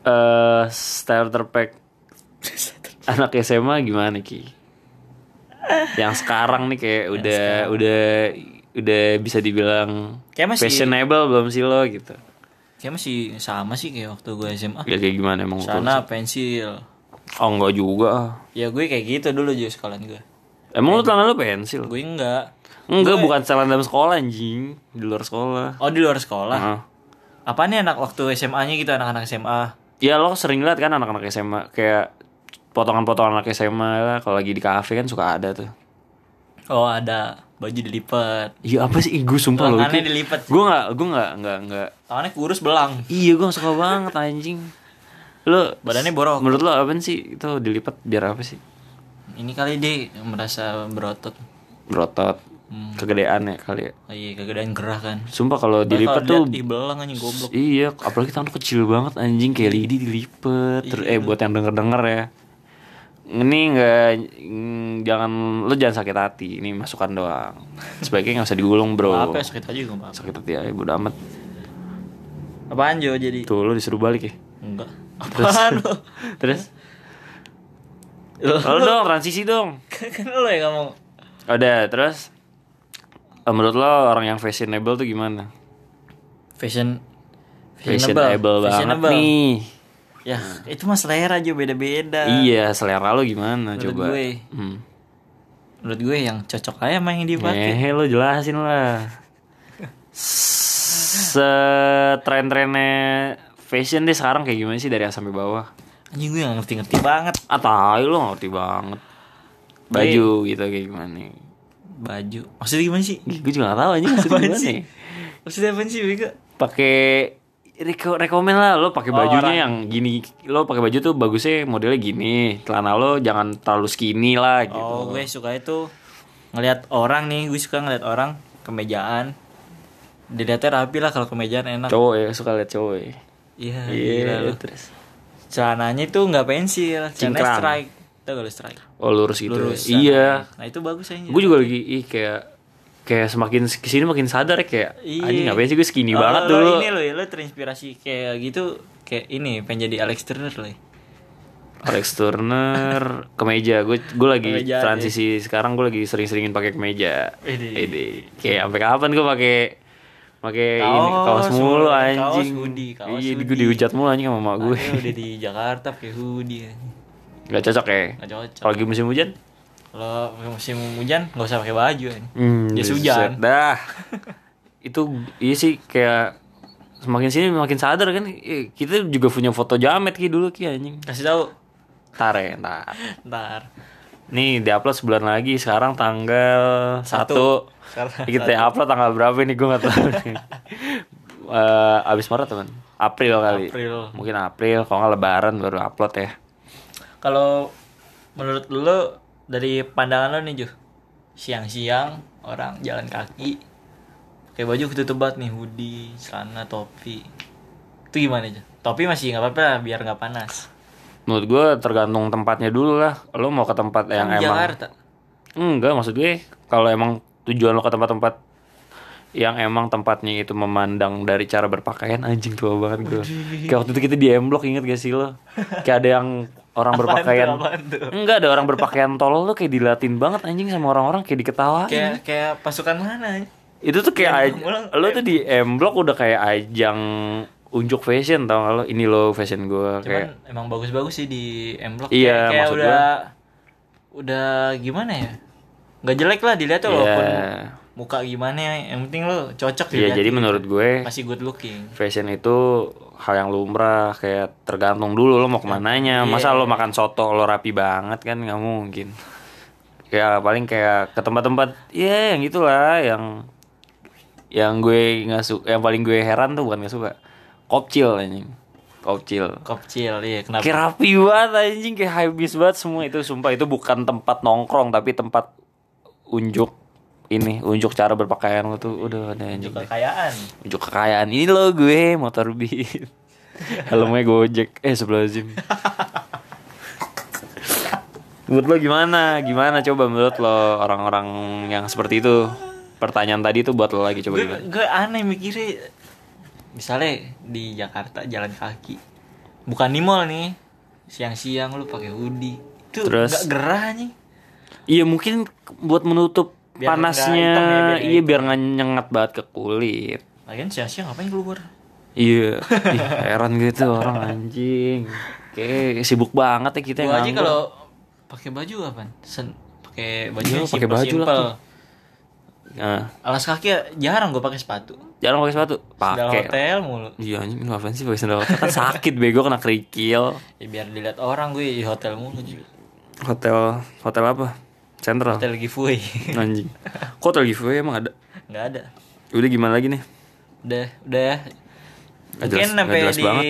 Speaker 2: eh starter pack anak SMA gimana ki yang sekarang nih kayak udah udah udah bisa dibilang
Speaker 1: Kayak masih-
Speaker 2: fashionable belum sih lo gitu
Speaker 1: kayak masih sama sih kayak waktu gue SMA
Speaker 2: ya kayak gimana emang
Speaker 1: sana pensil
Speaker 2: oh enggak juga ah.
Speaker 1: ya gue kayak gitu dulu juga sekolahan gue
Speaker 2: emang lo tangan lo pensil
Speaker 1: gue enggak
Speaker 2: enggak bukan celana dalam sekolah anjing di luar sekolah
Speaker 1: oh di luar sekolah
Speaker 2: Heeh.
Speaker 1: apa nih anak waktu SMA nya gitu anak-anak SMA
Speaker 2: Ya lo sering liat kan anak-anak SMA kayak potongan-potongan anak SMA lah kalau lagi di kafe kan suka ada tuh.
Speaker 1: oh ada baju dilipat
Speaker 2: Iya apa sih gue sumpah lo
Speaker 1: Lengannya
Speaker 2: itu.
Speaker 1: dilipat.
Speaker 2: Gue nggak gue nggak nggak nggak.
Speaker 1: tangannya kurus belang
Speaker 2: Iya gue nggak suka banget anjing. Lo
Speaker 1: Badannya borok.
Speaker 2: Menurut lo apa sih itu dilipat biar apa sih?
Speaker 1: ini kali dia merasa berotot
Speaker 2: Berotot.
Speaker 1: Hmm.
Speaker 2: Kegedean ya kali ya.
Speaker 1: Oh Iya kegedean gerah kan.
Speaker 2: Sumpah kalau dilipat tuh
Speaker 1: di belang anjing goblok.
Speaker 2: Iya, apalagi tangan lu kecil banget anjing
Speaker 1: Iya.
Speaker 2: kayak lidi dilipet. Terus eh buat yang denger-denger ya. Ini enggak jangan lu jangan sakit hati, ini masukan doang. Sebaiknya nggak usah digulung, Bro.
Speaker 1: Apa ya sakit aja gue maaf.
Speaker 2: Sakit hati ya, bodo amat.
Speaker 1: Apaan Jo jadi?
Speaker 2: Tuh lu disuruh balik ya.
Speaker 1: Enggak. Apaan lo?
Speaker 2: Terus
Speaker 1: Lo
Speaker 2: Lalu dong transisi dong.
Speaker 1: kan lo yang ngomong.
Speaker 2: Udah, terus Eh, menurut lo orang yang fashionable tuh gimana?
Speaker 1: Fashion
Speaker 2: Fashionable, banget
Speaker 1: Fashionable.
Speaker 2: nih. Nah.
Speaker 1: Ya, itu mah selera aja beda-beda.
Speaker 2: Iya, selera lo gimana
Speaker 1: Menurut
Speaker 2: coba?
Speaker 1: gue. Iya,
Speaker 2: Hmm.
Speaker 1: Menurut gue yang cocok aja mah yang dipakai.
Speaker 2: Ngehe Eh, lo jelasin lah. Setren-trennya fashion deh sekarang kayak gimana sih dari atas sampai bawah?
Speaker 1: Anjing gue gak ngerti-ngerti banget.
Speaker 2: Ah tai lo ngerti banget.
Speaker 1: Iya.
Speaker 2: Baju gitu kayak gimana?
Speaker 1: Baju. Maksudnya gimana sih?
Speaker 2: Ih, Gue juga gak tahu aja maksudnya
Speaker 1: Apaan
Speaker 2: gimana.
Speaker 1: sih?
Speaker 2: ya.
Speaker 1: Maksudnya apa sih,
Speaker 2: Gitu
Speaker 1: Bego?
Speaker 2: Pakai reko rekomen lah lo pakai
Speaker 1: Oh, orang.
Speaker 2: bajunya yang gini lo pakai baju tuh bagusnya modelnya gini celana lo jangan terlalu skinny lah gitu
Speaker 1: Oh, gue suka itu ngelihat orang nih, gue suka ngelihat orang kemejaan. Dilihatnya rapi lah kalau kemejaan enak.
Speaker 2: cowok ya suka liat cowok ya.
Speaker 1: Iya, gila
Speaker 2: Iya
Speaker 1: lu.
Speaker 2: terus
Speaker 1: Celananya itu nggak pensil, celananya
Speaker 2: Cingkrang.
Speaker 1: strike. Tahu gak lu strike?
Speaker 2: oh lurus gitu ya.
Speaker 1: Lurus.
Speaker 2: iya
Speaker 1: Nah, itu bagus aja.
Speaker 2: gue juga lagi ih kayak kayak semakin kesini makin sadar ya kayak
Speaker 1: Iya.
Speaker 2: anjing ngapain sih gue skinny
Speaker 1: Oh,
Speaker 2: banget
Speaker 1: lo-
Speaker 2: dulu
Speaker 1: Lo ini lo, lo terinspirasi kayak gitu kayak ini pengen jadi Alex Turner lo. ya.
Speaker 2: Alex Turner kemeja gue gue lagi
Speaker 1: Kemeja, iya.
Speaker 2: transisi sekarang gue lagi sering-seringin pakai kemeja
Speaker 1: Ini.
Speaker 2: ini kayak sampai kapan gue pakai pakai ini
Speaker 1: Kaos
Speaker 2: kaos mulu
Speaker 1: mulu, kaos,
Speaker 2: anjing
Speaker 1: hoodie, kaos,
Speaker 2: iya gue
Speaker 1: hoodie.
Speaker 2: dihujat mulu anjing sama mak gue
Speaker 1: Padahal udah di Jakarta pakai hoodie aja.
Speaker 2: nggak cocok ya
Speaker 1: Nggak cocok.
Speaker 2: kalau lagi musim hujan
Speaker 1: Kalau musim hujan nggak usah pakai baju aja.
Speaker 2: Hmm,
Speaker 1: Jas
Speaker 2: buset
Speaker 1: hujan.
Speaker 2: Dah. itu iya sih kayak semakin sini makin sadar kan eh, kita juga punya foto jamet ki dulu ki anjing.
Speaker 1: Kasih tahu
Speaker 2: Ntar ya, ntar.
Speaker 1: ntar.
Speaker 2: Nih diupload sebulan lagi sekarang tanggal
Speaker 1: Satu.
Speaker 2: satu.
Speaker 1: Sekarang
Speaker 2: kita upload tanggal berapa nih gue nggak tahu. nih. Eh, abis Maret teman. April kali.
Speaker 1: April.
Speaker 2: Mungkin April kalau nggak Lebaran baru upload ya.
Speaker 1: Kalau menurut lo dari pandangan lo nih Ju, siang-siang orang jalan kaki pakai baju ketutup banget nih hoodie, celana, topi. Itu gimana aja? Topi masih nggak apa-apa lah, biar nggak panas.
Speaker 2: Menurut gue tergantung tempatnya dulu lah. Lo mau ke tempat yang
Speaker 1: Kan
Speaker 2: emang
Speaker 1: Jakarta.
Speaker 2: Enggak, maksud gue kalau emang tujuan lo ke tempat-tempat yang emang tempatnya itu memandang dari cara berpakaian anjing tua banget gue. Kayak waktu itu kita di M Block inget gak sih lo? Kayak ada yang orang berpakaian
Speaker 1: apaan tuh?
Speaker 2: Enggak ada orang berpakaian tolol tuh kayak dilatin banget anjing sama orang-orang kayak diketawain.
Speaker 1: Kayak kayak pasukan mana?
Speaker 2: itu tuh kayak aj-
Speaker 1: mulang-
Speaker 2: lo tuh di M Block udah kayak ajang unjuk fashion tau gak lo? Ini lo fashion gue
Speaker 1: Cuman
Speaker 2: kayak
Speaker 1: emang bagus-bagus sih di M Block. kayak,
Speaker 2: Iya,
Speaker 1: kayak
Speaker 2: maksud
Speaker 1: udah udah gimana ya? Nggak jelek lah dilihat tuh
Speaker 2: Iya.
Speaker 1: walaupun muka gimana ya. yang penting lo cocok
Speaker 2: Iya,
Speaker 1: dilihat.
Speaker 2: jadi menurut gue
Speaker 1: masih good looking.
Speaker 2: fashion itu hal yang lumrah kayak tergantung dulu lo mau kemananya masa lo makan soto lo rapi banget kan nggak mungkin ya paling kayak ke tempat-tempat ya yang gitulah yang yang gue nggak suka yang paling gue heran tuh bukan nggak suka kopcil anjing kopcil
Speaker 1: Kopcil, iya kenapa?
Speaker 2: kayak rapi banget anjing kayak habis banget semua itu sumpah itu bukan tempat nongkrong tapi tempat unjuk ini unjuk cara berpakaian lo tuh udah ada anjing
Speaker 1: Juga kekayaan.
Speaker 2: unjuk kekayaan ini lo gue motor beat helmnya gojek eh sebelah Zim menurut lo gimana gimana coba menurut lo orang-orang yang seperti itu pertanyaan tadi itu buat lo lagi coba
Speaker 1: Gue,
Speaker 2: gimana
Speaker 1: gue aneh mikirnya misalnya di Jakarta jalan kaki. Bukan di mall nih. Siang-siang lu pakai hoodie. Itu
Speaker 2: Terus?
Speaker 1: nggak gerah nih.
Speaker 2: iya mungkin buat menutup
Speaker 1: Biar nggak
Speaker 2: panasnya
Speaker 1: hitam ya, biar nggak
Speaker 2: iya biar nggak nyengat banget ke kulit
Speaker 1: Lagian siang-siang ngapain keluar?
Speaker 2: iya Ih, heran gitu orang anjing Oke, sibuk banget ya kita
Speaker 1: Gue
Speaker 2: yang
Speaker 1: aja
Speaker 2: nganggur.
Speaker 1: kalau pakai baju apaan? Sen pakai baju
Speaker 2: Iya,
Speaker 1: yang
Speaker 2: pakai baju
Speaker 1: simpel-simpel.
Speaker 2: lah. Nah,
Speaker 1: Alas kaki ya jarang gue pakai sepatu.
Speaker 2: jarang pakai sepatu
Speaker 1: Dalam
Speaker 2: pakai
Speaker 1: hotel mulu.
Speaker 2: Iya anjing lu apaan sih pakai sandal hotel kan sakit bego kena kerikil.
Speaker 1: Ya biar dilihat orang gue di hotel mulu. cuy.
Speaker 2: Hotel hotel apa? Central.
Speaker 1: Hotel giveaway.
Speaker 2: Anjing. Kok hotel giveaway emang ada?
Speaker 1: nggak ada.
Speaker 2: Udah gimana lagi nih?
Speaker 1: Udah, udah. ya.
Speaker 2: Nggak
Speaker 1: Mungkin
Speaker 2: jelas- nggak
Speaker 1: sampai
Speaker 2: jelas
Speaker 1: di
Speaker 2: banget,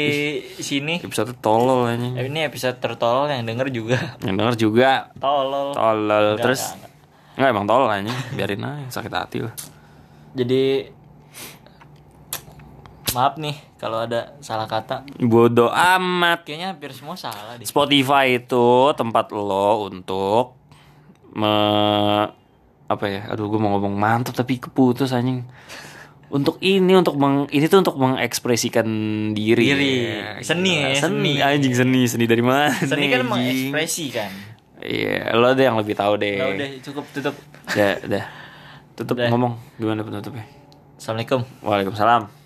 Speaker 1: sini.
Speaker 2: Episode tolol anjing.
Speaker 1: Eh, Ini episode tertolol yang denger juga.
Speaker 2: Yang denger juga
Speaker 1: Tolol.
Speaker 2: tolol.
Speaker 1: Nggak,
Speaker 2: Terus
Speaker 1: nggak, nggak.
Speaker 2: Enggak emang tolol anjing, biarin aja sakit hati lu.
Speaker 1: Jadi maaf nih kalau ada salah kata.
Speaker 2: Bodoh amat.
Speaker 1: Kayaknya hampir semua salah deh.
Speaker 2: Spotify itu tempat lo untuk me apa ya? Aduh, gue mau ngomong mantap tapi keputus anjing. Untuk ini untuk meng ini tuh untuk mengekspresikan diri. Iya,
Speaker 1: Diri. Seni
Speaker 2: gila.
Speaker 1: ya, seni.
Speaker 2: seni. anjing seni, seni dari mana?
Speaker 1: Seni kan
Speaker 2: anjing?
Speaker 1: mengekspresikan.
Speaker 2: Iya, lo deh yang lebih tahu deh.
Speaker 1: Nah, udah cukup tutup.
Speaker 2: Dah, dah.
Speaker 1: Tutup
Speaker 2: Udah.
Speaker 1: ngomong gimana penutupnya?
Speaker 2: Assalamualaikum.
Speaker 1: Waalaikumsalam.